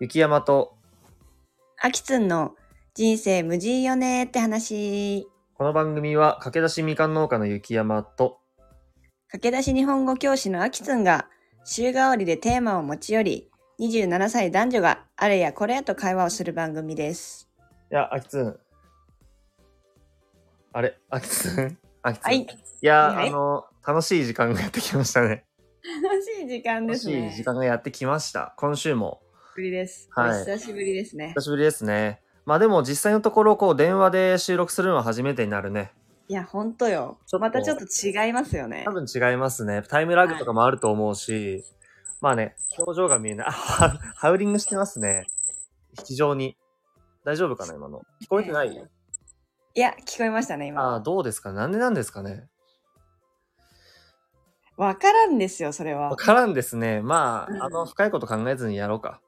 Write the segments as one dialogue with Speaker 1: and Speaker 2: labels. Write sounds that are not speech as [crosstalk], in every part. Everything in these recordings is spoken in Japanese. Speaker 1: 雪山と、
Speaker 2: あきつんの人生無事よねーって話。
Speaker 1: この番組は駆け出しみかん農家の雪山と、
Speaker 2: 駆け出し日本語教師のあきつんが週替わりでテーマを持ち寄り、27歳男女があれやこれやと会話をする番組です。
Speaker 1: いや、あきつん。あれ、あきつ [laughs] んあきつん。、
Speaker 2: はいい。
Speaker 1: や、
Speaker 2: はいはい
Speaker 1: あの、楽しい時間がやってきましたね。
Speaker 2: 楽しい時間で
Speaker 1: 楽
Speaker 2: す
Speaker 1: し
Speaker 2: ね。
Speaker 1: い時間がやってきました。今週も。
Speaker 2: ぶりです。
Speaker 1: はい
Speaker 2: お久しぶりですね
Speaker 1: 久。しぶりですね。まあでも実際のところ、こう、電話で収録するのは初めてになるね。
Speaker 2: いや、ほんとよ。またちょっと違いますよね
Speaker 1: 多。分違いますね。タイムラグとかもあると思うし、まあね、表情が見えない。あ、 [laughs] ハウハウリングしてますね。非常に。大丈夫かな、今の。聞こえてないよ。
Speaker 2: いや、聞こえましたね、
Speaker 1: ああ、
Speaker 2: 今。
Speaker 1: どうですかなんでなんですかね
Speaker 2: わからんですよ、それは
Speaker 1: わ。からんですね。ま
Speaker 2: うん
Speaker 1: あ、あの、深いこと考えずにやろうか。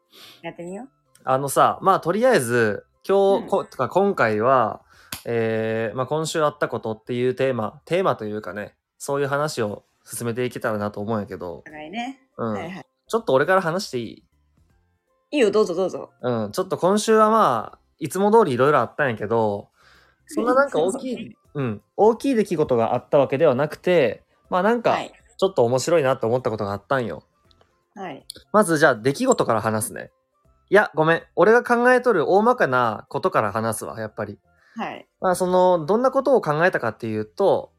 Speaker 2: やってみよう。
Speaker 1: あのさ、まあ、とりあえず、今日、
Speaker 2: うん
Speaker 1: ことか今回は、えー、まあ、今週あったことっていうテーマ、テーマというかね、そういう話を進めていけたらなと思うんやけど
Speaker 2: お、互いね。
Speaker 1: うん。
Speaker 2: はいはい。
Speaker 1: ちょっと俺から話していい
Speaker 2: いいよ、どうぞどうぞ。
Speaker 1: うん、ちょっと今週はまあ、いつも通りいろいろあったんやけど、そんななんか大き
Speaker 2: [laughs] そうそう
Speaker 1: い、うん、大きい出来事があったわけではなくて、まあなんか
Speaker 2: は、い。
Speaker 1: ちょっと面白いなと思ったことがあったんよ。
Speaker 2: はい。
Speaker 1: まずじゃあ出来事から話すね。いや、ごめん。俺が考えとる大まかなことから話すわ、やっぱり。
Speaker 2: はい。
Speaker 1: まあその、どんなことを考えたかっていうと、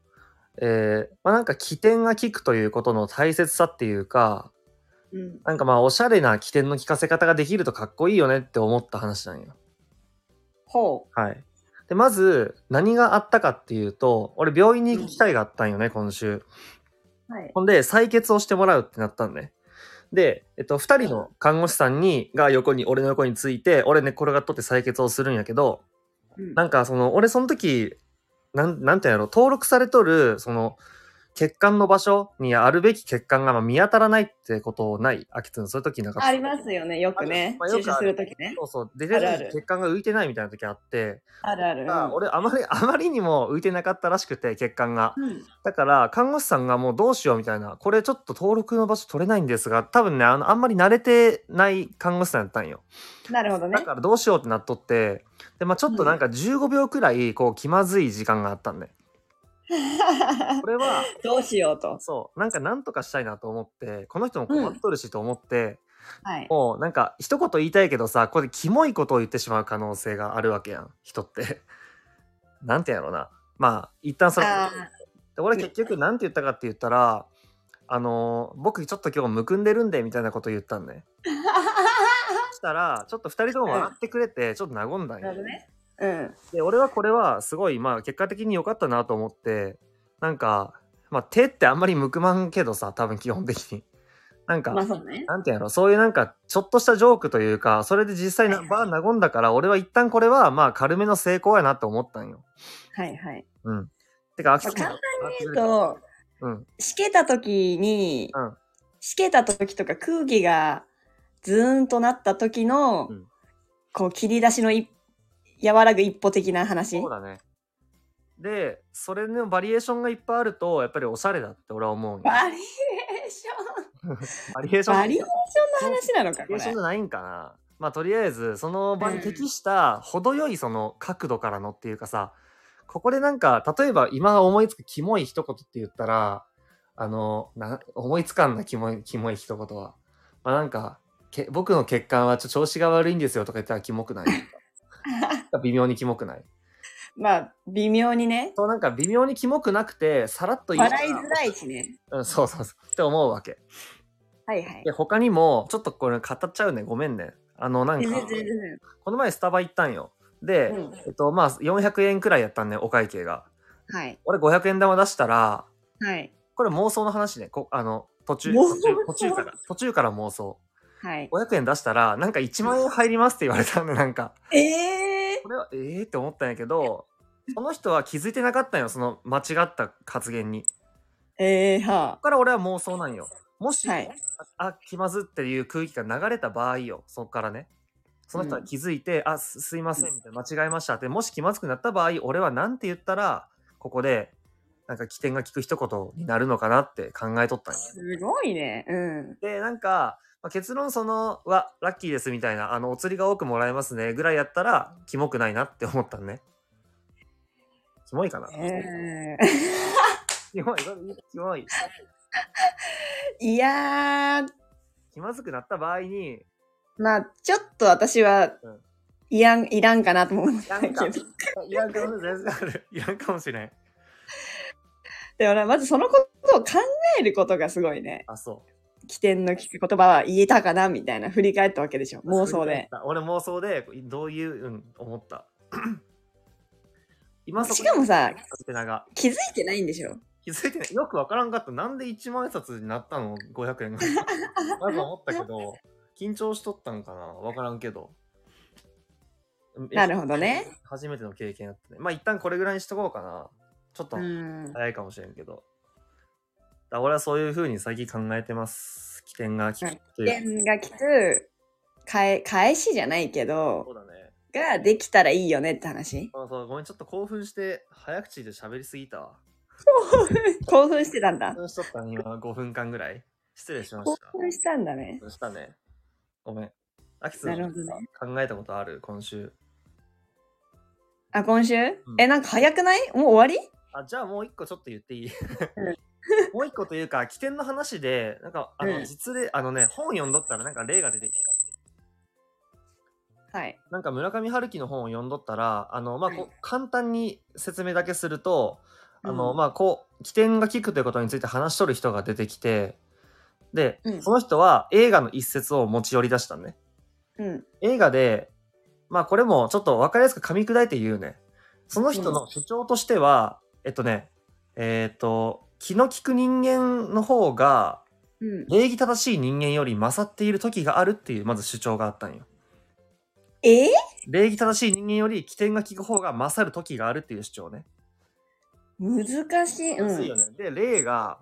Speaker 1: えー、まあなんか起点が効くということの大切さっていうか、
Speaker 2: うん。
Speaker 1: なんかまあおしゃれな起点の効かせ方ができるとかっこいいよねって思った話なんよ。
Speaker 2: ほ
Speaker 1: はい。で、まず、何があったかっていうと、俺、病院に行く機会があったんよね、今週。
Speaker 2: う。はい。
Speaker 1: ほんで、採血をしてもらうってなったんね。で、えっと、二人の看護師さんに、が横に、俺の横について、俺寝転がっとって採血をするんやけど、
Speaker 2: うん
Speaker 1: なんか、その、俺、その時、なん、なんていうんやろ、登録されとる、その、血管の場所にあるべき血管がまあ見当たらないってことないあきつん、そういう時なかった。
Speaker 2: ありますよね、よくね。
Speaker 1: あるまあよ
Speaker 2: 注
Speaker 1: く
Speaker 2: 射
Speaker 1: あ
Speaker 2: す
Speaker 1: る
Speaker 2: るときね。
Speaker 1: そうそう。出て
Speaker 2: あるあ
Speaker 1: る
Speaker 2: る
Speaker 1: 血管が浮いてないみたいな時あって、
Speaker 2: あるある。
Speaker 1: が俺あまりあまりにも浮いてなかったらしくて血管が
Speaker 2: うん。
Speaker 1: だから看護師さんがもうどうしようみたいなこれちょっと登録の場所取れないんですが多分ねあのあんまり慣れてない看護師さんやったんよ
Speaker 2: なるほどね
Speaker 1: [laughs] だ。からどうしようってなっとってで、まあ、ちょっとなんか15秒くらいこう気まずい時間があったんで、これは
Speaker 2: どうしようと。
Speaker 1: そうなんかなんとかしたいなと思ってこの人も困っとるしと思って、
Speaker 2: はい。
Speaker 1: もうなんか一言言いたいけどさこれキモいことを言ってしまう可能性があるわけやん人って [laughs] なんてやろうなまあ一旦それ
Speaker 2: あ
Speaker 1: で俺結局なんて言ったかって言ったら、あのー僕ちょっと今日むくんでるんでみたいなこと言ったん
Speaker 2: [laughs]
Speaker 1: ね。そしたらちょっと2人とも笑ってくれてちょっと和んだん
Speaker 2: ーな
Speaker 1: よ
Speaker 2: るほ。どね。うん。
Speaker 1: で俺はこれはすごいまあ結果的に良かったなと思ってなんか、まあ、手ってあんまりむくまんけどさ多分基本的に。なんか、
Speaker 2: まあそうね。
Speaker 1: なんていうのそういうなんかちょっとしたジョークというかそれで実際な
Speaker 2: はい
Speaker 1: バー和んだから俺は一旦これはまあ軽めの成功やなと思ったんよ。
Speaker 2: はいはい。
Speaker 1: うん。てか、あきつ
Speaker 2: 簡単えっと、
Speaker 1: うん。
Speaker 2: しけたときに
Speaker 1: うん、
Speaker 2: しけたときとか空気がズーンとなったときの
Speaker 1: うん、
Speaker 2: こう切り出しのい和らぐ一歩的な話
Speaker 1: そう。だね。で、それのバリエーションがいっぱいあると、やっぱりおしゃれだって俺は思うんよ。
Speaker 2: バリエーシ
Speaker 1: バリエーシ
Speaker 2: ョン。
Speaker 1: ョン。
Speaker 2: バリエーションの話なのか、
Speaker 1: バ
Speaker 2: こ
Speaker 1: リエーションじゃ
Speaker 2: れ。
Speaker 1: ないんかな。まあ、とりあえず、その場に適した程よいその角度からのっていうかさ、ここでなんか、例えば今思いつくキモい一言って言ったら、あの、な思いつかんな、キモい、キモい一言は。まあ、なんか、け僕の血管はちょ調子が悪いんですよとか言ったらキモく
Speaker 2: [laughs]
Speaker 1: ない微妙にキモくない
Speaker 2: まあ、微妙にね。
Speaker 1: そうなんか微妙にキモくなくてさらっと言うから
Speaker 2: 笑いづらいしね。
Speaker 1: うん、そうそうそう。って思うわけ。
Speaker 2: はいはい
Speaker 1: で、。他にも、ちょっとこれ語っちゃうね。ごめんね。あの、なん
Speaker 2: 全
Speaker 1: か
Speaker 2: 然、全然。
Speaker 1: この前スタバ行ったんよ。で、
Speaker 2: うん
Speaker 1: えっと、まあ、400円くらいやったんね、お会計が。
Speaker 2: はい。
Speaker 1: 俺500円玉出したら、
Speaker 2: はい。
Speaker 1: これ妄想の話ね。こあの、途中、
Speaker 2: 妄
Speaker 1: 途
Speaker 2: 想
Speaker 1: 中途中から、途中から妄想。
Speaker 2: はい。
Speaker 1: 500円出したら、なんか1万円入りますって言われたんで、なんか。
Speaker 2: ええ
Speaker 1: これは、ええー、って思ったんやけど、その人は気づいてなかったんよ、その間違った発言に。
Speaker 2: ー、ええは
Speaker 1: ここから俺は妄想なんよ。もし、
Speaker 2: はい
Speaker 1: あ、あ気まずっていう空気が流れた場合よ、そこからね。その人は気づいて、あす、すいません、みたいな、間違えましたって、もし気まずくなった場合、俺はなんて言ったら、ここで、なんか起点が効く一言になるのかなって考えとったんよ
Speaker 2: すごいね。うん。
Speaker 1: で、なんか、まあ、結論その、うわ、ラッキーですみたいな、あの、お釣りが多くもらえますねぐらいやったら、キモくないなって思ったんね。キモいかな、
Speaker 2: え
Speaker 1: キモい、キモい。
Speaker 2: ー、いやー、
Speaker 1: 気まずくなった場合に、
Speaker 2: まあ、ちょっと私は
Speaker 1: うん、
Speaker 2: いらん、いらんかなと思った
Speaker 1: いらん
Speaker 2: け
Speaker 1: か
Speaker 2: ど。
Speaker 1: いらんかもしれない全然あ
Speaker 2: [laughs]
Speaker 1: る。いらんかもしれん。
Speaker 2: でもなまずそのことを考えることがすごいね。
Speaker 1: あ、そう。
Speaker 2: 起点の聞く言葉は言えたかなみたいな振り返ったわけでしょ。妄想で。。
Speaker 1: 俺妄想で、どういう、うん、思った。 [clears throat] 今そこ
Speaker 2: しかもさ、
Speaker 1: 縦長
Speaker 2: 気づいてないんでしょ。
Speaker 1: 気づいてない。よくわからんかった。なんで1万円札になったの ?500 円が。
Speaker 2: [laughs]
Speaker 1: まず思ったけど、緊張しとったんかなわからんけど。
Speaker 2: なるほどね。
Speaker 1: 初めての経験だったね。まあ一旦これぐらいにしとこうかな。ちょっと
Speaker 2: うん。
Speaker 1: 早いかもしれんけど。だ俺はそういうふうに最近考えてます。起点が効くと
Speaker 2: 起
Speaker 1: いう。
Speaker 2: 点が聞く、かえ、返しじゃないけ
Speaker 1: そう
Speaker 2: ど、
Speaker 1: だね。
Speaker 2: ができたらいいよねって話。
Speaker 1: そうそう、ごめん、ちょっと興奮して、早口で喋りすぎたわ。
Speaker 2: 興奮してたんだ
Speaker 1: [laughs] 興。奮しとったね、今、5分間ぐらい。失礼しま
Speaker 2: 興
Speaker 1: した。
Speaker 2: 奮したんだね。
Speaker 1: そうしたね。ごめん。アキツ
Speaker 2: なるほどね
Speaker 1: 考えたことある今週。
Speaker 2: あ、今週、え、なんか早くないもう終わり
Speaker 1: あ、じゃあもう一個ちょっと言っていい [laughs] もう一個というか、起点の話で、なんか、あ
Speaker 2: うん
Speaker 1: の、実例、あのね、本読んどったらなんか例が出てきた。
Speaker 2: はい。
Speaker 1: なんか村上春樹の本を読んどったら、あの、まあ、こ
Speaker 2: は
Speaker 1: う簡単に説明だけすると、あの、
Speaker 2: うん
Speaker 1: まあ、こう、起点が効くということについて話しとる人が出てきて、で、
Speaker 2: うん
Speaker 1: その人は映画の一節を持ち寄り出したね。
Speaker 2: うん。
Speaker 1: 映画で、まあこれもちょっと分かりやすく噛み砕いて言うね。その人の主張としては、えっとね、えっ、と、気の利く人間の方が
Speaker 2: うん。
Speaker 1: 礼儀正しい人間より勝っている時があるっていうまず主張があったんよ。
Speaker 2: え
Speaker 1: 礼儀正しい人間より起点が利く方が勝る時があるっていう主張ね。
Speaker 2: 難しい。
Speaker 1: 安いよ
Speaker 2: うん。
Speaker 1: ね。で、例が、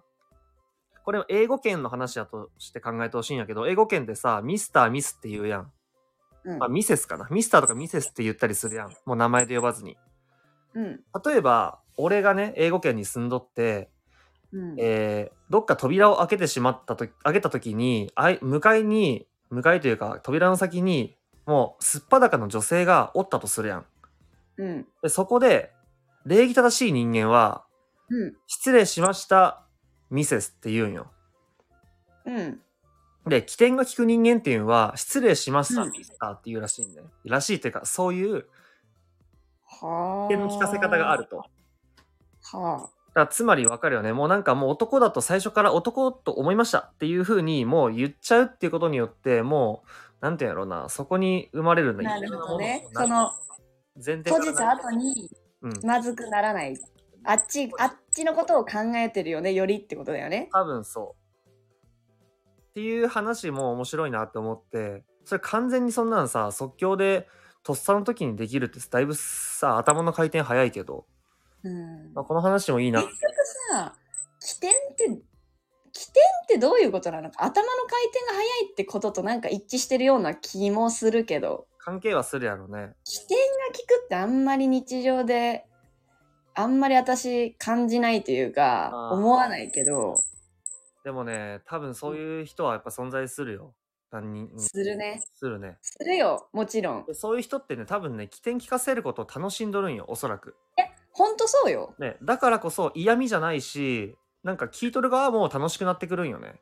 Speaker 1: これ英語圏の話だとして考えてほしいんやけど、英語圏でさ、ミスター、ミスって言うやん。
Speaker 2: うん
Speaker 1: まあ、ミセスかな。ミスターとかミセスって言ったりするやん。もう名前で呼ばずに。
Speaker 2: うん。
Speaker 1: 例えば、俺がね、英語圏に住んどって、
Speaker 2: うん。
Speaker 1: えーどっか扉を開けてしまったとき、開けた時に、あい向かいに、向かいというか、扉の先に、もう、すっぱだかの女性がおったとするやん。
Speaker 2: うん。
Speaker 1: で、そこで、礼儀正しい人間は、
Speaker 2: うん。
Speaker 1: 失礼しました、ミセスって言うんよ。
Speaker 2: うん。
Speaker 1: で、起点が利く人間っていうのは、失礼しました、
Speaker 2: うん
Speaker 1: ミスターっていうらしいんだよ。らしいっていうか、そういう
Speaker 2: はあ。
Speaker 1: 起点の聞かせ方があると。
Speaker 2: はあ。
Speaker 1: だからつまりわかるよね。もうなんかもう男だと最初から男と思いましたっていう風にもう言っちゃうっていうことによって、もう、なんていうんやろうな、そこに生まれるんだ
Speaker 2: なるほどね
Speaker 1: いろんなものが前提
Speaker 2: 後
Speaker 1: から
Speaker 2: 日後に
Speaker 1: うん。
Speaker 2: まずくならない。あっち、あっちのことを考えてるよね、よりってことだよね。
Speaker 1: 多分そう。っていう話も面白いなって思って、それ完全にそんなんさ、即興でとっさの時にできるってだいぶさ、頭の回転早いけど、
Speaker 2: うん。
Speaker 1: まあ、この話もいいな
Speaker 2: 結。局さ、起点って、起点ってどういうことなのか頭の回転が速いってこととなんか一致してるような気もするけど、
Speaker 1: 関係はするやろね。
Speaker 2: 起点が効くってあんまり日常で、あんまり私感じないというか
Speaker 1: あ、ー
Speaker 2: 思わないけど、
Speaker 1: でもね、多分そういう人はやっぱ存在するよ。何人うん
Speaker 2: するね。
Speaker 1: するね。
Speaker 2: するよ、もちろん。
Speaker 1: でそういう人ってね、多分ね、起点聞かせることを楽しんどるんよ、おそらく。
Speaker 2: ほんとそうよ。
Speaker 1: ね、だからこそ嫌味じゃないし、なんか聞いとる側も楽しくなってくるんよね。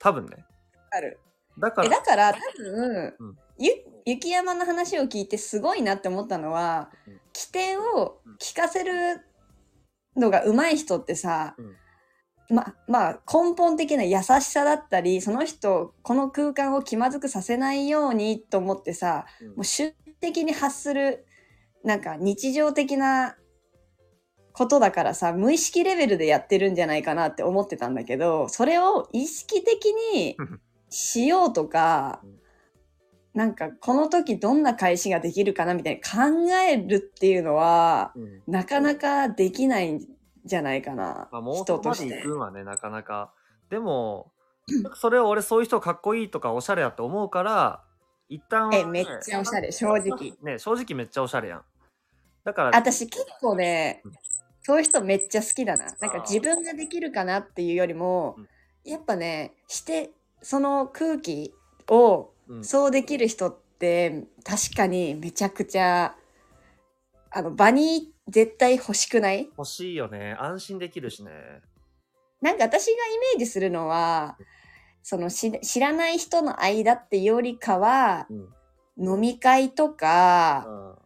Speaker 1: 多分ね。
Speaker 2: ある。
Speaker 1: だか
Speaker 2: え
Speaker 1: ら、
Speaker 2: だから多分、
Speaker 1: うん
Speaker 2: ゆ雪山の話を聞いてすごいなって思ったのは、
Speaker 1: うん
Speaker 2: 起点を聞かせるのが上手い人ってさ、ままあ根本的な優しさだったりその人この空間を気まずくさせないようにと思ってさ
Speaker 1: うん
Speaker 2: もう主的に発するなんか日常的なことだからさ無意識レベルでやってるんじゃないかなって思ってたんだけどそれを意識的にしようとか
Speaker 1: うん
Speaker 2: なんかこの時どんな返しができるかなみたいに考えるっていうのは
Speaker 1: うん
Speaker 2: なかなかできないんじゃないかな、
Speaker 1: まあ、もう
Speaker 2: 人
Speaker 1: そことま
Speaker 2: し
Speaker 1: で行
Speaker 2: て
Speaker 1: く。んはね、なかなか。でも、それを俺そういう人かっこいいとかおしゃれやと思うから、一旦はね、
Speaker 2: えめっちゃおしゃれ正直。
Speaker 1: ね、正直めっちゃおしゃれやん。だから、
Speaker 2: 私結構ね
Speaker 1: うん
Speaker 2: そういう人めっちゃ好きだな。なん
Speaker 1: あー
Speaker 2: か自分ができるかなっていうよりも
Speaker 1: うん、
Speaker 2: やっぱね、して、その空気を
Speaker 1: うん
Speaker 2: そうできる人って確かにめちゃくちゃ、あの、場に絶対欲しくない
Speaker 1: 欲しいよね。安心できるしね。
Speaker 2: なんか私がイメージするのは、そのし知らない人の間ってよりかは、
Speaker 1: うん。
Speaker 2: 飲み会とか、
Speaker 1: あ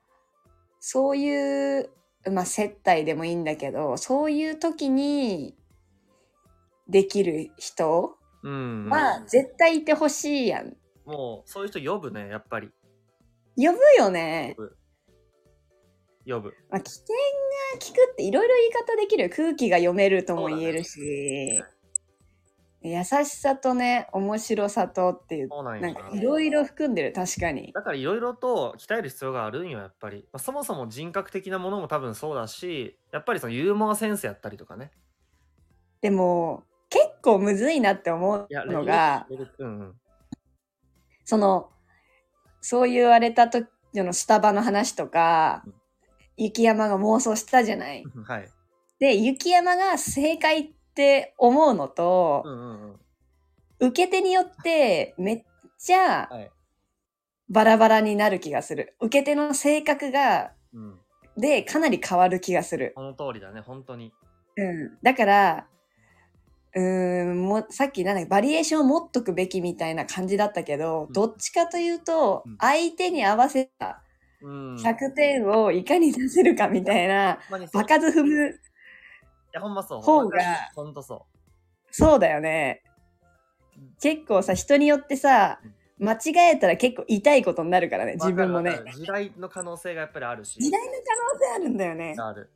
Speaker 2: そういう、まあ、接待でもいいんだけど、そういう時にできる人
Speaker 1: うん、うん。
Speaker 2: は絶対いてほしいやん。
Speaker 1: もう、そういう人呼ぶね、やっぱり。
Speaker 2: 呼ぶよね。
Speaker 1: 呼ぶ。
Speaker 2: まあ、危険が効くっていろいろ言い方できるよ。空気が読めるとも言えるし。優しさとね、面白さとっていう、
Speaker 1: そうなん
Speaker 2: な
Speaker 1: や
Speaker 2: んかいろいろ含んでる、確かに。
Speaker 1: だからいろいろと鍛える必要があるんよ、やっぱり。まあ、そもそも人格的なものも多分そうだし、やっぱりそのユーモアセンスやったりとかね。
Speaker 2: でも、結構むずいなって思う
Speaker 1: いや、
Speaker 2: のが、
Speaker 1: レベルうんうん。
Speaker 2: そのそう言われた時のスタバの話とか
Speaker 1: うん
Speaker 2: 雪山が妄想したじゃない。
Speaker 1: はい。
Speaker 2: で雪山が正解って思うのと
Speaker 1: う、んうんうん。
Speaker 2: 受け手によってめっちゃ
Speaker 1: はい。
Speaker 2: バラバラになる気がする。受け手の性格が
Speaker 1: うん。
Speaker 2: でかなり変わる気がする。
Speaker 1: この通りだね、本当に。
Speaker 2: うん、だからうーんもうさっきなんだっけバリエーションを持っとくべきみたいな感じだったけど、
Speaker 1: うん
Speaker 2: どっちかというと、
Speaker 1: うん
Speaker 2: 相手に合わせた
Speaker 1: うん。
Speaker 2: 100点をいかに出せるかみたいな、
Speaker 1: ほんまにそう
Speaker 2: 場数踏む、
Speaker 1: いや、ほんまそう。
Speaker 2: 方が
Speaker 1: ほんとそ
Speaker 2: そうだよね。結構さ、人によってさ、間違えたら結構痛いことになるからね、
Speaker 1: う。
Speaker 2: 自分も
Speaker 1: わ
Speaker 2: ね
Speaker 1: かる。わかる時代の可能性がやっぱりあるし。
Speaker 2: 時代の可能性あるんだよね。
Speaker 1: がある。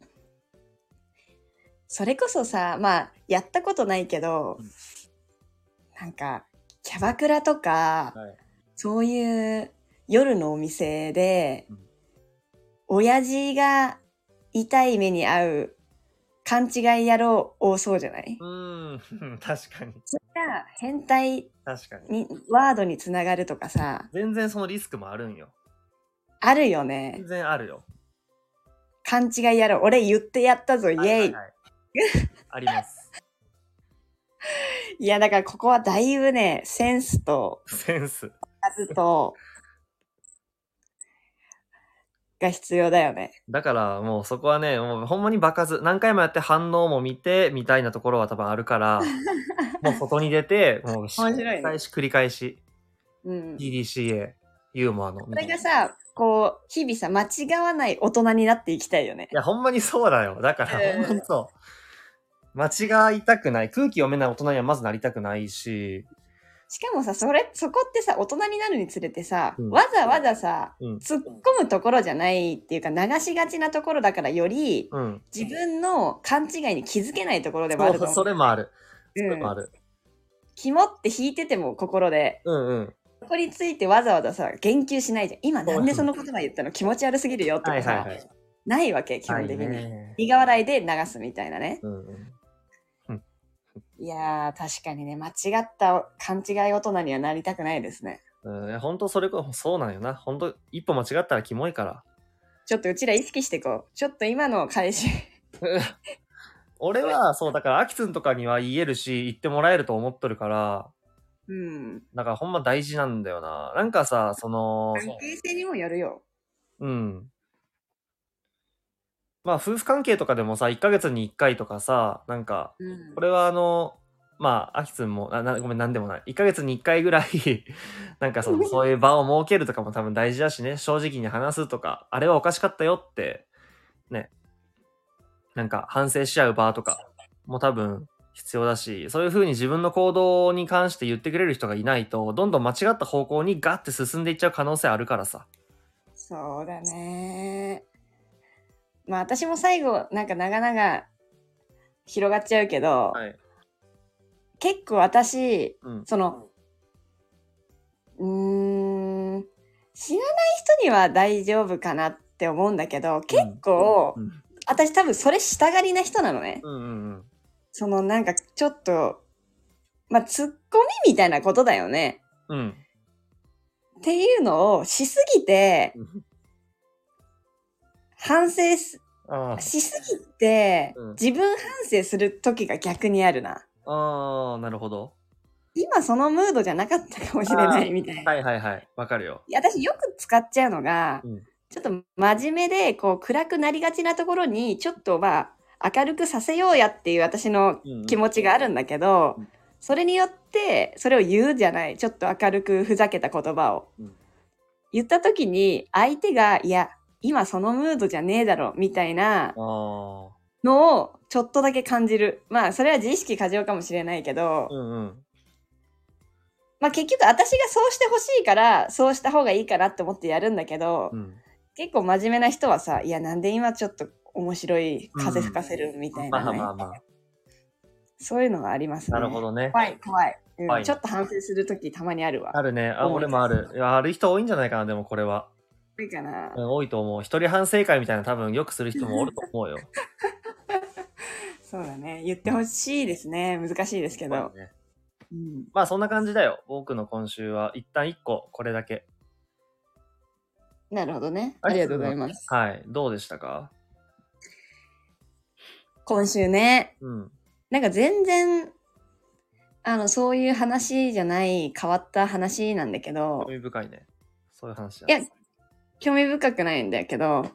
Speaker 2: それこそさ、まあ、やったことないけど
Speaker 1: うん、
Speaker 2: なんか、キャバクラとか、
Speaker 1: はい。
Speaker 2: そういう夜のお店で
Speaker 1: うん、
Speaker 2: 親父が痛い目に遭う勘違い野郎多そうじゃない、
Speaker 1: うん。 [laughs] 確かに。
Speaker 2: それが変態
Speaker 1: 確かに。
Speaker 2: にワードにつながるとかさ
Speaker 1: 全然そのリスクもあるんよ。
Speaker 2: あるよね
Speaker 1: 全然あるよ。
Speaker 2: 勘違いやろ俺言ってやったぞイエイ、
Speaker 1: はいいはいはい。あります。
Speaker 2: いやだからここはだいぶねセンスと
Speaker 1: センス。
Speaker 2: 数とが必要だよね
Speaker 1: だからもうそこはね、もうほんまに場数、何回もやって反応も見て、みたいなところは多分あるから、
Speaker 2: [laughs]
Speaker 1: もう外に出て、もうし
Speaker 2: 面白いね
Speaker 1: 繰り返し繰り返し、
Speaker 2: うんこ
Speaker 1: PDCA、ユーモアの。
Speaker 2: れがさこう日々さ間違わない大人になっていきたいよね
Speaker 1: いや、ほんまにそうだよ。だから、ほ
Speaker 2: うん
Speaker 1: んまにそう。間違いたくない。空気読めない大人にはまずなりたくないし、
Speaker 2: しかもさそれそこってさ大人になるにつれてさ、
Speaker 1: うん
Speaker 2: わざわざさ
Speaker 1: うん。
Speaker 2: 突っ込むところじゃないっていうか流しがちなところだからより
Speaker 1: うん。
Speaker 2: 自分の勘違いに気づけないところでもあると
Speaker 1: そう
Speaker 2: 思う。
Speaker 1: それもある。それ
Speaker 2: うん
Speaker 1: もある。
Speaker 2: 肝って引いてても心で、
Speaker 1: うんうん。
Speaker 2: そこについてわざわざさ、言及しないじゃん。今なんでその言葉言ったの気持ち悪すぎるよと
Speaker 1: は
Speaker 2: か
Speaker 1: い
Speaker 2: さ、
Speaker 1: はいはい。
Speaker 2: ないわけ、基本的
Speaker 1: ない
Speaker 2: に。
Speaker 1: ね
Speaker 2: 苦笑いで流すみたいなね。
Speaker 1: うんうん。
Speaker 2: いやー、確かにね、間違った勘違い大人にはなりたくないですね。
Speaker 1: うん、いや本当それこそそうなんよな。本当一歩間違ったらキモいから。
Speaker 2: ちょっとうちら意識していこう。ちょっと今の返し。
Speaker 1: 俺は、そう、だから、アキツンとかには言えるし、言ってもらえると思っとるから、
Speaker 2: うん。
Speaker 1: だからほんま大事なんだよな。なんかさ、その、
Speaker 2: 関係性にもよるよ。
Speaker 1: うん。まあ、夫婦関係とかでもさ、1ヶ月に1回とかさ、なんか、
Speaker 2: うん
Speaker 1: こ。れはあの、まあ、アキツンも、ななごめん、なんでもない。1ヶ月に1回ぐらい、 [laughs] なんかその、そういう場を設けるとかも多分大事だしね、正直に話すとか、あれはおかしかったよって、ね、なんか反省し合う場とかも多分必要だし、そういう風に自分の行動に関して言ってくれる人がいないと、どんどん間違った方向にガッて進んでいっちゃう可能性あるからさ。
Speaker 2: そうだね。まあ私も最後、なんか長々広がっちゃうけど、
Speaker 1: い。
Speaker 2: 結構私、
Speaker 1: うん。
Speaker 2: その、うーん、知らない人には大丈夫かなって思うんだけど、結構、
Speaker 1: うん
Speaker 2: 私多分それしたがりな人なのね。
Speaker 1: うんうん
Speaker 2: そのなんかちょっと、まあツッコミみたいなことだよね。
Speaker 1: うん。うん。
Speaker 2: っていうのをしすぎて、反省す
Speaker 1: あー
Speaker 2: しすぎて、
Speaker 1: うん
Speaker 2: 自分反省する時が逆にあるな。
Speaker 1: あー、なるほど。
Speaker 2: 今そのムードじゃなかったかもしれないみたいな。
Speaker 1: はいはいはい。わかるよ。
Speaker 2: いや私よく使っちゃうのが、
Speaker 1: うん
Speaker 2: ちょっと真面目でこう暗くなりがちなところにちょっとまあ明るくさせようやっていう私の気持ちがあるんだけど、
Speaker 1: うん
Speaker 2: それによってそれを言うじゃないちょっと明るくふざけた言葉を、
Speaker 1: うん
Speaker 2: 言った時に相手が「いや今そのムードじゃねえだろ」みたいな
Speaker 1: あ
Speaker 2: のをちょっとだけ感じるまあそれは自意識過剰かもしれないけど、
Speaker 1: あ。うんうん。
Speaker 2: まあ結局私がそうしてほしいからそうした方がいいかなって思ってやるんだけど、
Speaker 1: うん、
Speaker 2: 結構真面目な人はさ「いやなんで今ちょっと面白い風吹かせる」みたい
Speaker 1: ま
Speaker 2: な、
Speaker 1: あ
Speaker 2: ね
Speaker 1: まあまあ。
Speaker 2: そういうのがありますね。
Speaker 1: なるほどね。
Speaker 2: 怖い怖い、うん
Speaker 1: 怖いね
Speaker 2: ちょっと反省するときたまにあるわ。
Speaker 1: あるね。あ、
Speaker 2: 思い
Speaker 1: 俺
Speaker 2: 出す
Speaker 1: もある。いや、ある人多いんじゃないかな、でもこれは。
Speaker 2: 多いかな
Speaker 1: う。ん多いと思う。一人反省会みたいな多分よくする人もおると思うよ。
Speaker 2: そうだね。言ってほしいですね。難しいですけ
Speaker 1: まあ
Speaker 2: ど。
Speaker 1: ね
Speaker 2: うん、
Speaker 1: まあそんな感じだよ。僕の今週は一旦一個これだけ。
Speaker 2: なるほどね。ありがとうございます。
Speaker 1: はい。どうでしたか
Speaker 2: 今週ね、
Speaker 1: うん。
Speaker 2: なんか全然、あの、そういう話じゃない、変わった話なんだけど
Speaker 1: 興、味深いね。そういう話だ。
Speaker 2: いや興味深くないんだけど、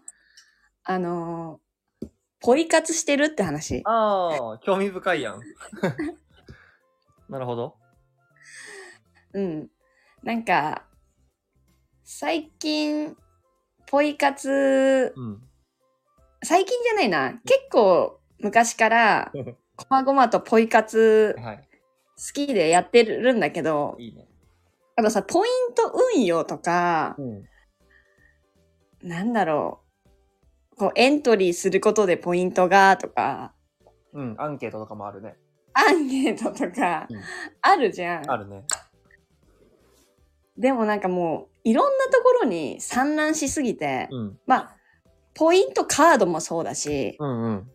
Speaker 2: あのーポイ活してるって話。
Speaker 1: ああ、興味深いやん。 [laughs] なるほど。
Speaker 2: うん。なんか、最近、ポイ活、
Speaker 1: うん。
Speaker 2: 最近じゃないな。結構
Speaker 1: [laughs]
Speaker 2: 昔から、こまごまとポイ活好
Speaker 1: はい。
Speaker 2: きでやってるんだけど、
Speaker 1: いいね。
Speaker 2: あとさ、ポイント運用とか、
Speaker 1: うん。
Speaker 2: なんだろう。こう、エントリーすることでポイントが、とか、
Speaker 1: うん。アンケートとかもあるね。
Speaker 2: アンケートとか
Speaker 1: うん、
Speaker 2: あるじゃん。
Speaker 1: あるね。
Speaker 2: でもなんかもう、いろんなところに散乱しすぎて、
Speaker 1: うん。
Speaker 2: まあ、ポイントカードもそうだし、
Speaker 1: うんうん。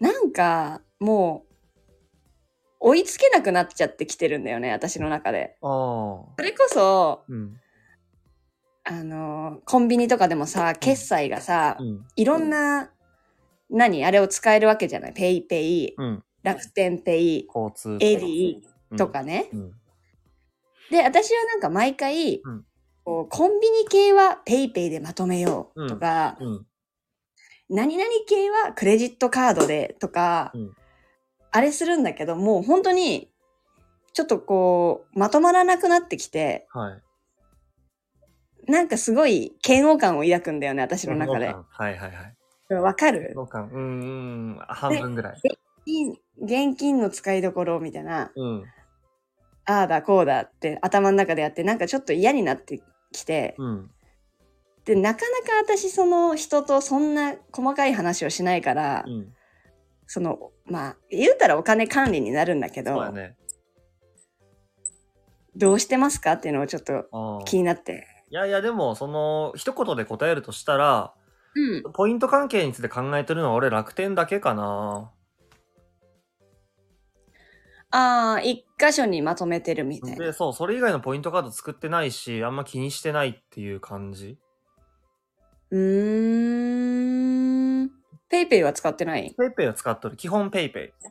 Speaker 2: なんか、もう、追いつけなくなっちゃってきてるんだよね、私の中で。
Speaker 1: ああ。
Speaker 2: それこそ、
Speaker 1: うん。
Speaker 2: あのーコンビニとかでもさ、決済がさ
Speaker 1: う、ん。
Speaker 2: いろんな、何あれを使えるわけじゃないペイペイ、
Speaker 1: うん。
Speaker 2: 楽天ペイ
Speaker 1: 交通。
Speaker 2: エディと。かね。
Speaker 1: うん。
Speaker 2: で、私はなんか毎回、
Speaker 1: うん
Speaker 2: こうコンビニ系はペイペイでまとめようとか、
Speaker 1: うん。
Speaker 2: 何々系はクレジットカードでとか、
Speaker 1: うん
Speaker 2: あれするんだけど、もう本当に、ちょっとこう、まとまらなくなってきて、
Speaker 1: はい。
Speaker 2: なんかすごい嫌悪感を抱くんだよね、私の中で
Speaker 1: 脳。幹はいはいはい。
Speaker 2: わかる
Speaker 1: 脳幹。うんうん。半分ぐらい。
Speaker 2: 現現金の使いどころみたいな、
Speaker 1: うん。
Speaker 2: ああだこうだって頭の中でやって、なんかちょっと嫌になってきて、
Speaker 1: うん。
Speaker 2: で、なかなか私その人とそんな細かい話をしないから、
Speaker 1: うん。
Speaker 2: その、まあ、言うたらお金管理になるんだけ
Speaker 1: そうだ
Speaker 2: ど、
Speaker 1: ね。
Speaker 2: どうしてますかっていうのをちょっと
Speaker 1: ああ。
Speaker 2: 気
Speaker 1: い
Speaker 2: になって。
Speaker 1: やいや、でも、その、一言で答えるとしたら、
Speaker 2: うん。
Speaker 1: ポイント関係について考えてるのは俺楽天だけかな。
Speaker 2: ああ、一箇所にまとめてるみたいな。
Speaker 1: で、そう、それ以外のポイントカード作ってないし、あんま気にしてないっていう感じ。
Speaker 2: うーん。ペイペイは使ってない
Speaker 1: ペイペイを使っとる。基本ペイペイ。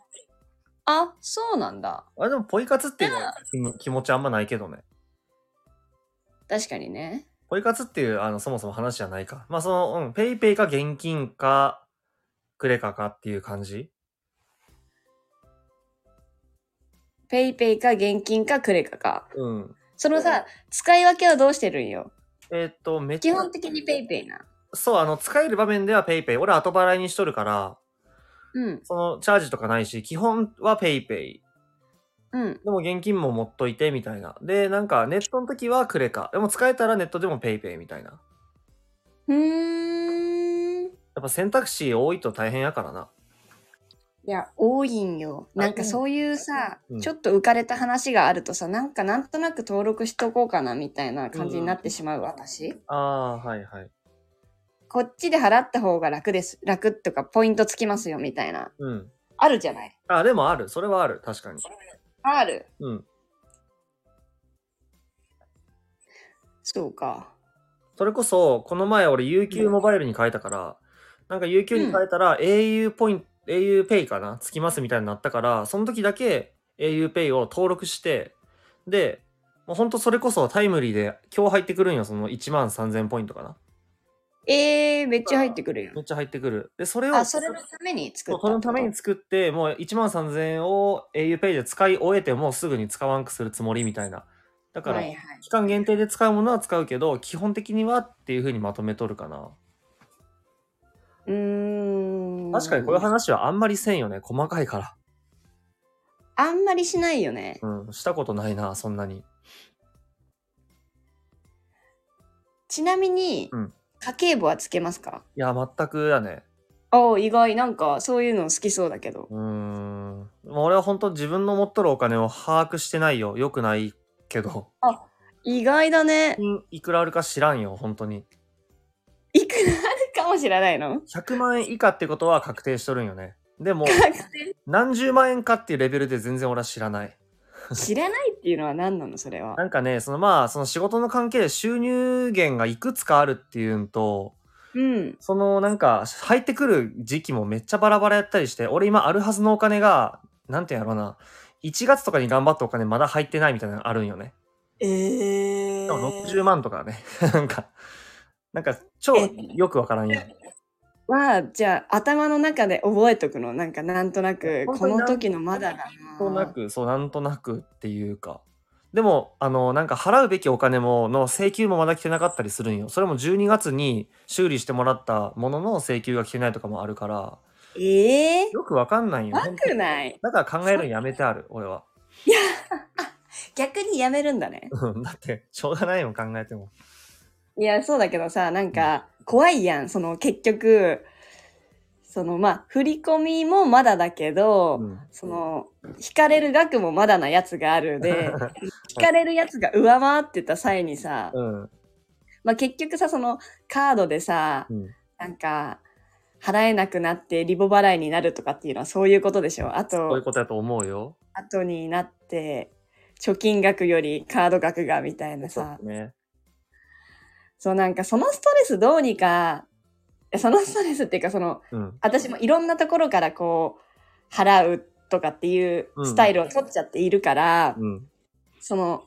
Speaker 2: あ、そうなんだ。
Speaker 1: あれでもポイ活っていうのは気気持ちあんまないけどね。
Speaker 2: 確かにね。
Speaker 1: ポイ活っていう、あの、そもそも話じゃないか。まあ、その、うん、ペイペイか現金か、クレカかっていう感じ
Speaker 2: ペイペイか現金かクレカか。
Speaker 1: うん。
Speaker 2: そのさ、使い分けはどうしてるんよ。
Speaker 1: えーっと、めっち
Speaker 2: 基
Speaker 1: ゃ、
Speaker 2: 本的にペイペイな。
Speaker 1: そう、あの、使える場面ではペイペイ。俺後払いにしとるから、
Speaker 2: うん、
Speaker 1: その、チャージとかないし、基本はペイペイ。
Speaker 2: うん、
Speaker 1: でも現金も持っといて、みたいな。で、なんか、ネットの時はクレカ。でも使えたらネットでもペイペイみたいな。
Speaker 2: うーん。
Speaker 1: やっぱ選択肢多いと大変やからな。
Speaker 2: いや、多いんよ。なんかそういうさ、
Speaker 1: うん
Speaker 2: ちょっと浮かれた話があるとさ、なんかなんとなく登録しとこうかなみたいな感じになってしまう、私。
Speaker 1: ああー、はいはい。
Speaker 2: こっちで払った方が楽です。楽とかポイントつきますよみたいな。
Speaker 1: うん。
Speaker 2: あるじゃない
Speaker 1: あ、でもある。それはある。確かに。
Speaker 2: ある。
Speaker 1: うん。
Speaker 2: そうか。
Speaker 1: それこそ、この前俺 UQ モバイルに変えたから、なんか UQ に変えたら au ポイント、auPay かなつきますみたいになったから、その時だけ auPay を登録して、で、もうほんとそれこそタイムリーで今日入ってくるんよ、その1万3000ポイントかな。
Speaker 2: えー、めっちゃ入ってくるよ
Speaker 1: め。っちゃ入ってくる。で、それを、
Speaker 2: あ、それのために作
Speaker 1: そ
Speaker 2: っ
Speaker 1: う
Speaker 2: た
Speaker 1: そのために作って、もう1万3000を auPay で使い終えて、もうすぐに使わんくするつもりみたいな。だから、
Speaker 2: はいはい。
Speaker 1: 期間限定で使うものは使うけど、基本的にはっていうふうにまとめとるかな。
Speaker 2: うーん。
Speaker 1: 確かにこういう話はあんまりせんよね、細かいから。
Speaker 2: あんまりしないよね。
Speaker 1: うん、したことないな、そんなに。
Speaker 2: ちなみに、
Speaker 1: うん
Speaker 2: 家計簿はつけますか
Speaker 1: いや、全くだね。
Speaker 2: ああ、意外、なんかそういうの好きそうだけど。
Speaker 1: うーん。もう俺は本当自分の持っとるお金を把握してないよ。よくないけど。
Speaker 2: 意外だね。
Speaker 1: いくらあるか知らんよ、本当に。
Speaker 2: いくらあるかもしれな
Speaker 1: [laughs]
Speaker 2: いの
Speaker 1: 100万円以下ってことは確定しとるんよね。でも、何十万円かっていうレベルで全然俺は知らない。
Speaker 2: 知らないっていうのは何なのそれは
Speaker 1: な。んかね、そのまあ、その仕事の関係で収入源がいくつかあるっていうんと、
Speaker 2: うん。
Speaker 1: そのなんか入ってくる時期もめっちゃバラバラやったりして、俺今あるはずのお金が、なんていうんやろうな、1月とかに頑張ったお金まだ入ってないみたいなのあるんよね。
Speaker 2: ええ
Speaker 1: でも60万とかね。 [laughs] なんか、なんか超よくわからんやん。
Speaker 2: まあ、じゃあ頭の中で覚えとくの。なんかなんとなく、
Speaker 1: 本
Speaker 2: こ
Speaker 1: 当に
Speaker 2: の時のまだだ
Speaker 1: なんとな
Speaker 2: な。
Speaker 1: く、そう、なんとなくっていうか。でも、あの、なんか払うべきお金も、の請求もまだ来てなかったりするんよ。それも12月に修理してもらったものの請求が来てないとかもあるから、
Speaker 2: ええ
Speaker 1: よくわかんないよ。
Speaker 2: なくない
Speaker 1: だから考えるのやめてある、俺は。
Speaker 2: 逆にやめるんだね。
Speaker 1: うんだって、しょうがないもん、考えても。
Speaker 2: いや、そうだけどさ、なんか怖いやん。その結局、そのまあ、振り込みもまだだけど、
Speaker 1: うん
Speaker 2: その、引かれる額もまだなやつがあ
Speaker 1: [laughs]
Speaker 2: るで、引かれるやつが上回ってた際にさ、
Speaker 1: うん。
Speaker 2: まあ結局さ、そのカードでさ、
Speaker 1: うん
Speaker 2: なんか、払えなくなってリボ払いになるとかっていうのはそういうことでしょ。あ
Speaker 1: そういう
Speaker 2: と、
Speaker 1: ことやと思うよ。
Speaker 2: 後になって、貯金額よりカード額がみたいな
Speaker 1: そう
Speaker 2: さ。
Speaker 1: ね。
Speaker 2: そうなんかそのストレスどうにか、いやそのストレスっていうかその、
Speaker 1: うん。
Speaker 2: 私もいろんなところからこう、払うとかっていうスタイルを取っちゃっているから、
Speaker 1: うん。
Speaker 2: その、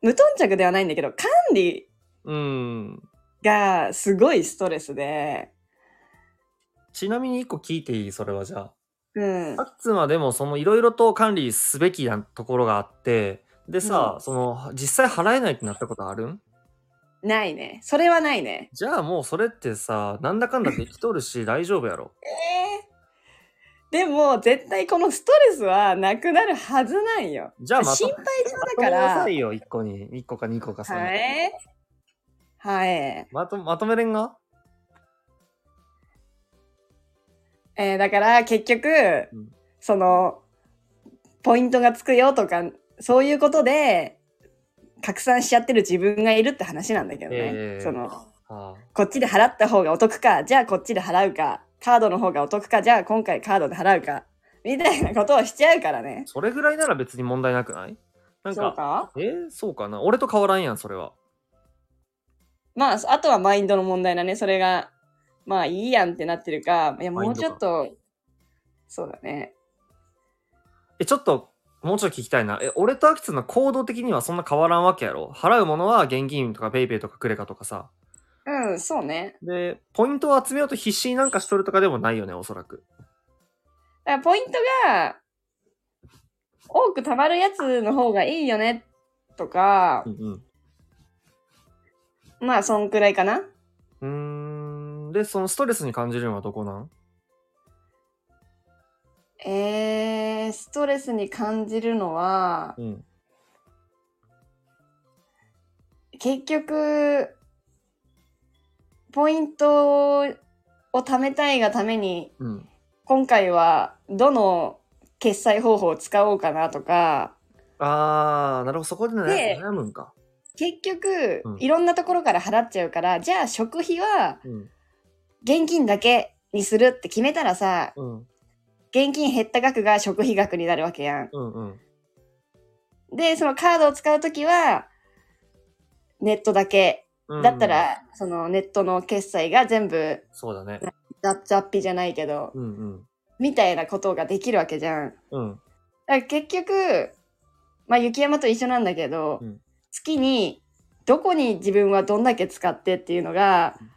Speaker 2: 無頓着ではないんだけど、管理
Speaker 1: うん。
Speaker 2: がすごいストレスで、
Speaker 1: ちなみに一個聞いていいそれはじゃあ。
Speaker 2: うん
Speaker 1: ア。キツンはでもそのいろいろと管理すべきなところがあって、でさ、
Speaker 2: うん
Speaker 1: その実際払えないってなったことあるん
Speaker 2: ないね。それはないね。
Speaker 1: じゃあもうそれってさ、なんだかんだできとるし大丈夫やろ。
Speaker 2: でも、絶対このストレスはなくなるはずないよ。
Speaker 1: じゃあまと
Speaker 2: 心配性だか
Speaker 1: まとめな
Speaker 2: ら。
Speaker 1: さ
Speaker 2: はい
Speaker 1: よ、1個に。1個か2個か3個。
Speaker 2: い。はい。
Speaker 1: まとまとめれんが
Speaker 2: えーだから結局、
Speaker 1: ん
Speaker 2: その、ポイントがつくよとか、そういうことで、拡散しちゃってる自分がいるって話なんだけどね。
Speaker 1: えー
Speaker 2: その、
Speaker 1: はあ、
Speaker 2: こっちで払った方がお得か、じゃあこっちで払うか、カードの方がお得か、じゃあ今回カードで払うか、みたいなことをしちゃうからね。
Speaker 1: それぐらいなら別に問題なくないなん
Speaker 2: そう
Speaker 1: か、
Speaker 2: か
Speaker 1: えーそうかな俺と変わらんやん、それは。
Speaker 2: まあ、あとはマインドの問題だね。それが、まあいいやんってなってるか、いや、
Speaker 1: マイン
Speaker 2: もう
Speaker 1: ド
Speaker 2: ち
Speaker 1: か
Speaker 2: ょっと、そうだね。
Speaker 1: え、ちょっと、もうちょっと聞きたいな。え、俺とアキツンの行動的にはそんな変わらんわけやろ払うものは現金とかペイペイとかクレカとかさ。
Speaker 2: うん、そうね。
Speaker 1: で、ポイントを集めようと必死になんかしとるとかでもないよね、おそらく。
Speaker 2: だからポイントが、多く貯まるやつの方がいいよね、とか、
Speaker 1: ん
Speaker 2: まあ、そんくらいかな。
Speaker 1: うん。うーん。で、そのストレスに感じるのはどこなん
Speaker 2: えー、ストレスに感じるのは、
Speaker 1: うん。
Speaker 2: 結局ポイントを貯めたいがために
Speaker 1: うん。
Speaker 2: 今回はどの決済方法を使おうかなとか
Speaker 1: あー、なるほど。そこで,、ね
Speaker 2: で、
Speaker 1: 悩むんか。
Speaker 2: 結局、
Speaker 1: うん
Speaker 2: いろんなところから払っちゃうからじゃあ食費は
Speaker 1: うん。
Speaker 2: 現金だけにするって決めたらさ
Speaker 1: うん。
Speaker 2: 現金減った額が食費額になるわけやん。
Speaker 1: うん。うん。
Speaker 2: でそのカードを使う時はネットだけ
Speaker 1: うん
Speaker 2: だった、ら、そのネットの決済が全部
Speaker 1: そうだね。
Speaker 2: 雑雑費じゃないけど、
Speaker 1: うんうん。
Speaker 2: みたいなことができるわけじゃん。
Speaker 1: うん。
Speaker 2: だから結局、まあ、雪山と一緒なんだけど、
Speaker 1: うん
Speaker 2: 月にどこに自分はどんだけ使ってっていうのが、
Speaker 1: うん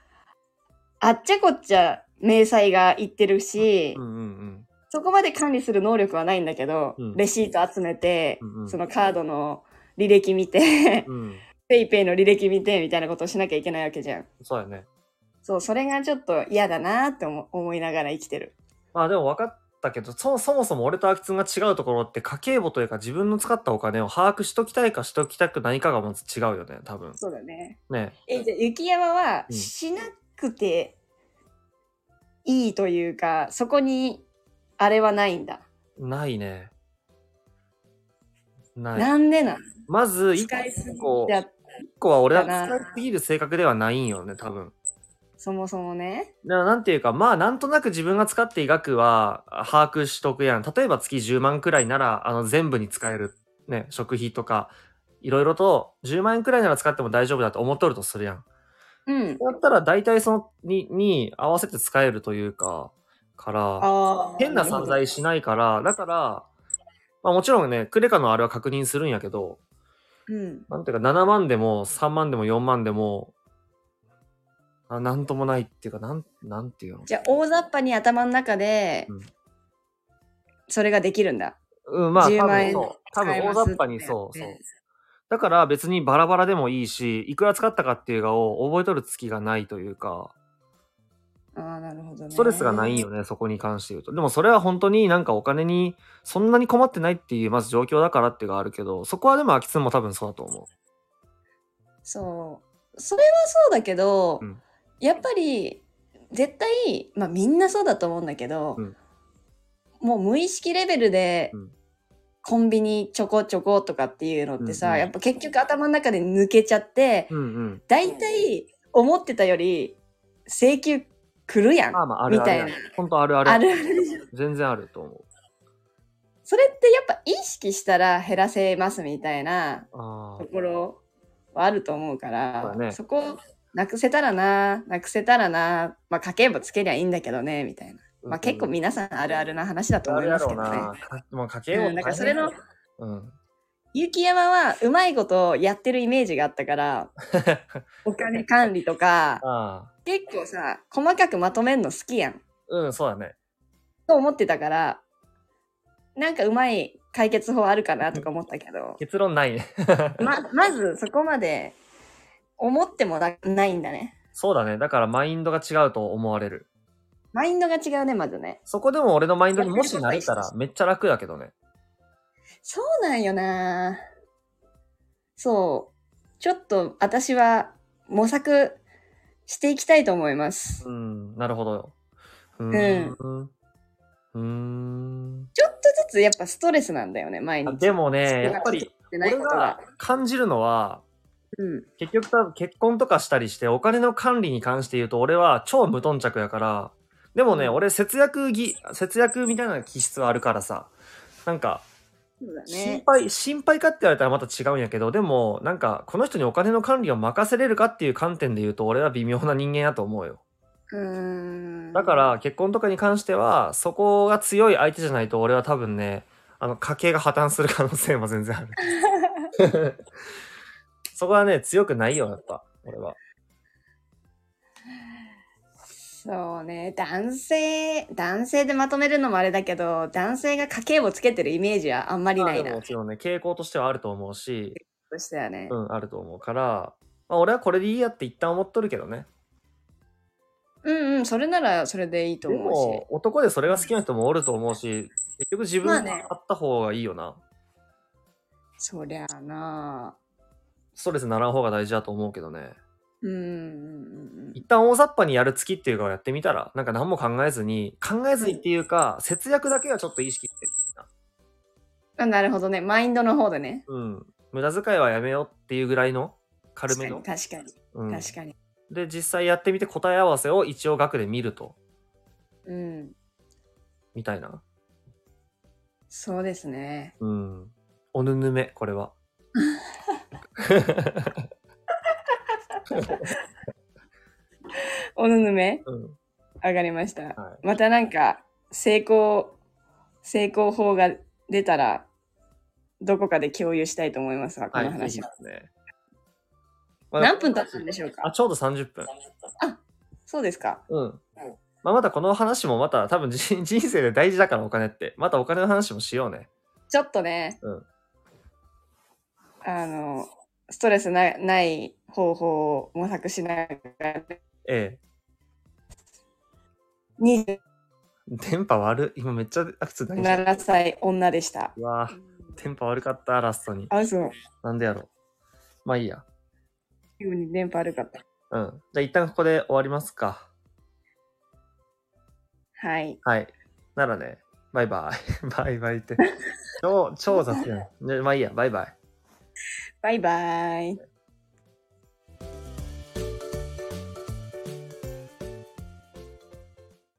Speaker 2: あっちゃこっちゃ明細がいってるし、
Speaker 1: うんうん
Speaker 2: そこまで管理する能力はないんだけど、
Speaker 1: うん
Speaker 2: レシート集めて、
Speaker 1: うんうん
Speaker 2: そのカードの履歴見て、
Speaker 1: うん。うん。
Speaker 2: ペイペイの履歴見てみたいなことをしなきゃいけないわけじゃん。
Speaker 1: そうやね。
Speaker 2: そう、それがちょっと嫌だなって思思いながら生きてる。
Speaker 1: まあでも分かったけど、そそもそも俺とアキツンが違うところって家計簿というか自分の使ったお金を把握しときたいかしときたくないかがもう違うよね、多分。
Speaker 2: そうだね。
Speaker 1: ね。
Speaker 2: え、じゃあ雪山は
Speaker 1: うん
Speaker 2: しなくていいというか、そこにあれはないんだ。
Speaker 1: ないね。ない。
Speaker 2: なんでなん
Speaker 1: まず、一
Speaker 2: 使いすぎ
Speaker 1: 個、
Speaker 2: じゃ
Speaker 1: 一個は俺は
Speaker 2: だな
Speaker 1: 使いすぎる性格ではないんよね、多分。
Speaker 2: そもそもね。
Speaker 1: だからなんていうか、まあなんとなく自分が使っていい額はあ把握しとくやん。例えば月10万くらいなら、あの全部に使える。ね、食費とか、いろいろと10万円くらいなら使っても大丈夫だと思っとるとするやん。
Speaker 2: う
Speaker 1: だ
Speaker 2: ん。
Speaker 1: ったら大体そのに、に合わせて使えるというか、から、
Speaker 2: ああ。
Speaker 1: 変な散財しないから、だから、まあもちろんね、クレカのあれは確認するんやけど、
Speaker 2: うん。
Speaker 1: なんていうか7万でも3万でも4万でも、あなんともないっていうか、なん、なんていうの
Speaker 2: じゃあ、大雑把に頭の中で
Speaker 1: うん、
Speaker 2: それができるんだ。
Speaker 1: うん、まあ、
Speaker 2: 10
Speaker 1: 多
Speaker 2: 万
Speaker 1: 分
Speaker 2: 円
Speaker 1: そう。多分大雑把にそう、
Speaker 2: 使
Speaker 1: そ
Speaker 2: え
Speaker 1: う
Speaker 2: ますって。
Speaker 1: だから別にバラバラでもいいし、いくら使ったかっていうかを覚えとる月がないというか、
Speaker 2: ああ、なるほどね。
Speaker 1: ストレスがない。よね、そこに関して言うと。でもそれは本当になんかお金にそんなに困ってないっていう、まず状況だからっていうのがあるけど、そこはでも秋津も多分そうだと思
Speaker 2: そう。それはそうだけど、
Speaker 1: うん
Speaker 2: やっぱり絶対、まあみんなそうだと思うんだけど、
Speaker 1: うん
Speaker 2: もう無意識レベルで、
Speaker 1: うん
Speaker 2: コンビニちょこちょことかっていうのってさ、
Speaker 1: うんうん
Speaker 2: やっぱ結局頭の中で抜けちゃって、
Speaker 1: う。うんうん。
Speaker 2: 大体思ってたより請求来るやん。
Speaker 1: まあまあ、あるあるや
Speaker 2: み
Speaker 1: ね
Speaker 2: たい。
Speaker 1: 本当あるある。
Speaker 2: あるある [laughs] じゃん
Speaker 1: 全然あると思
Speaker 2: それってやっぱ意識したら減らせますみたいな
Speaker 1: う。ああ
Speaker 2: と。ころはあると思うから、
Speaker 1: そう
Speaker 2: そ
Speaker 1: だね
Speaker 2: こをなくせたらな、なくせたらな、まあ家計簿つけりゃいいんだけどね、みたいな。まあ結構皆さんあるあるな話だと
Speaker 1: あ
Speaker 2: 思い
Speaker 1: るや
Speaker 2: ます
Speaker 1: ろ
Speaker 2: け
Speaker 1: う
Speaker 2: どね。
Speaker 1: な。かもう家計
Speaker 2: う
Speaker 1: も
Speaker 2: ん、だからそれの、
Speaker 1: うん。
Speaker 2: 雪山はうまいことやってるイメージがあっ
Speaker 1: [laughs]
Speaker 2: たから、お金管理とか、
Speaker 1: ああ。
Speaker 2: 結構さ、細かくまとめんの好きやん。
Speaker 1: うん、そうだね。
Speaker 2: と思ってたから、なんかうまい解決法あるかなとか思ったけど、
Speaker 1: 結論ないね。 [laughs]
Speaker 2: ま、まずそこまで思ってもなないんだね。
Speaker 1: そうだね。だからマインドが違うと思われる。
Speaker 2: マインドが違うね、まずね。
Speaker 1: そこでも俺のマインドにもし慣れたらめっちゃ楽だけどね。
Speaker 2: そうなんよなそう。ちょっと私は模索していきたいと思います。
Speaker 1: うん、なるほどよ。うーん。うん。
Speaker 2: ちょっとずつやっぱストレスなんだよね、毎
Speaker 1: あ
Speaker 2: 日。
Speaker 1: でもね、
Speaker 2: 少
Speaker 1: や
Speaker 2: な
Speaker 1: っ
Speaker 2: く
Speaker 1: ぱり
Speaker 2: でない
Speaker 1: 俺
Speaker 2: ことが
Speaker 1: が。感じるのは、
Speaker 2: うん。
Speaker 1: 結局多分結婚とかしたりしてお金の管理に関して言うと俺は超無頓着やから、でもね、
Speaker 2: うん
Speaker 1: 俺節約ぎ、節約みたいな気質はあるからさ、なんか、
Speaker 2: そうだ
Speaker 1: 心
Speaker 2: ね。
Speaker 1: 配、心配かって言われたらまた違うんやけど、でも、なんか、この人にお金の管理を任せれるかっていう観点で言うと、俺は微妙な人間やと思うよ。
Speaker 2: うーん。
Speaker 1: だから、結婚とかに関しては、そこが強い相手じゃないと、俺は多分ね、あの、家計が破綻する可能性も全然ある。
Speaker 2: [laughs]
Speaker 1: そこはね、強くないよ、やっぱ、俺は。
Speaker 2: そうね。男性、男性でまとめるのもあれだけど、男性が家計簿つけてるイメージはあんまり
Speaker 1: まあ
Speaker 2: ない
Speaker 1: でも
Speaker 2: な。
Speaker 1: もちろんね、傾向としてはあると思うし、
Speaker 2: そしたよね
Speaker 1: う。ん、あると思うから、まあ、俺はこれでいいやって一旦思っとるけどね。
Speaker 2: うんうん、それならそれでいいと
Speaker 1: で
Speaker 2: 思
Speaker 1: も男でそれが好きな人もおると思うし結局自
Speaker 2: まあ
Speaker 1: 分が
Speaker 2: ね
Speaker 1: あった方がいいよな、
Speaker 2: うし。そりゃあな
Speaker 1: ストレスにならん方が大事だと思うけどね
Speaker 2: うんうんうん
Speaker 1: 一旦大雑把にやる月っていうかやってみたらなんか何も考えずに考えずにっていうか、節約だけはちょっと意識して
Speaker 2: あ。なるほどね。マインドの方でね。
Speaker 1: うん無駄遣いはやめようっていうぐらいの軽
Speaker 2: 確か
Speaker 1: め
Speaker 2: に
Speaker 1: の、
Speaker 2: 確かに、
Speaker 1: うん、
Speaker 2: 確かに。
Speaker 1: で実際やってみて答え合わせを一応額で見ると
Speaker 2: うん。
Speaker 1: みたいな
Speaker 2: そうですね。
Speaker 1: うんおぬぬめこれ
Speaker 2: [laughs]
Speaker 1: は
Speaker 2: おぬぬめ
Speaker 1: うん
Speaker 2: わかりました。
Speaker 1: は
Speaker 2: またなんか、成功、成功法が出たら、どこかで共有したいと思いますわ、こ
Speaker 1: い。
Speaker 2: の
Speaker 1: はい、ぜひ
Speaker 2: 話
Speaker 1: で
Speaker 2: は。
Speaker 1: すね。
Speaker 2: 何分経ったんでしょう
Speaker 1: あ、
Speaker 2: か
Speaker 1: ちょうど30分。
Speaker 2: そうですか。
Speaker 1: うん。まあ、またこの話もまた多分人 [laughs] 人生で大事だからお金って。またお金の話もしようね。
Speaker 2: ちょっとね、
Speaker 1: うん
Speaker 2: あの、ストレスなない方法を模索しながら、
Speaker 1: ええ。
Speaker 2: 27
Speaker 1: 電波悪い。今めっちゃ、あ、普通大丈
Speaker 2: 歳女でした。
Speaker 1: 夫。うわぁ、電波悪かった、ラストに。
Speaker 2: あ、そう。
Speaker 1: なんでやろう。まあいいや。
Speaker 2: 急に電波悪かった。
Speaker 1: うん。じゃあ一旦ここで終わりますか。
Speaker 2: はい。
Speaker 1: はい。ならね、バイバイ。 [laughs] バイバイって。超、超雑やん。ねまあいいや、バイバイ。
Speaker 2: バイバイ。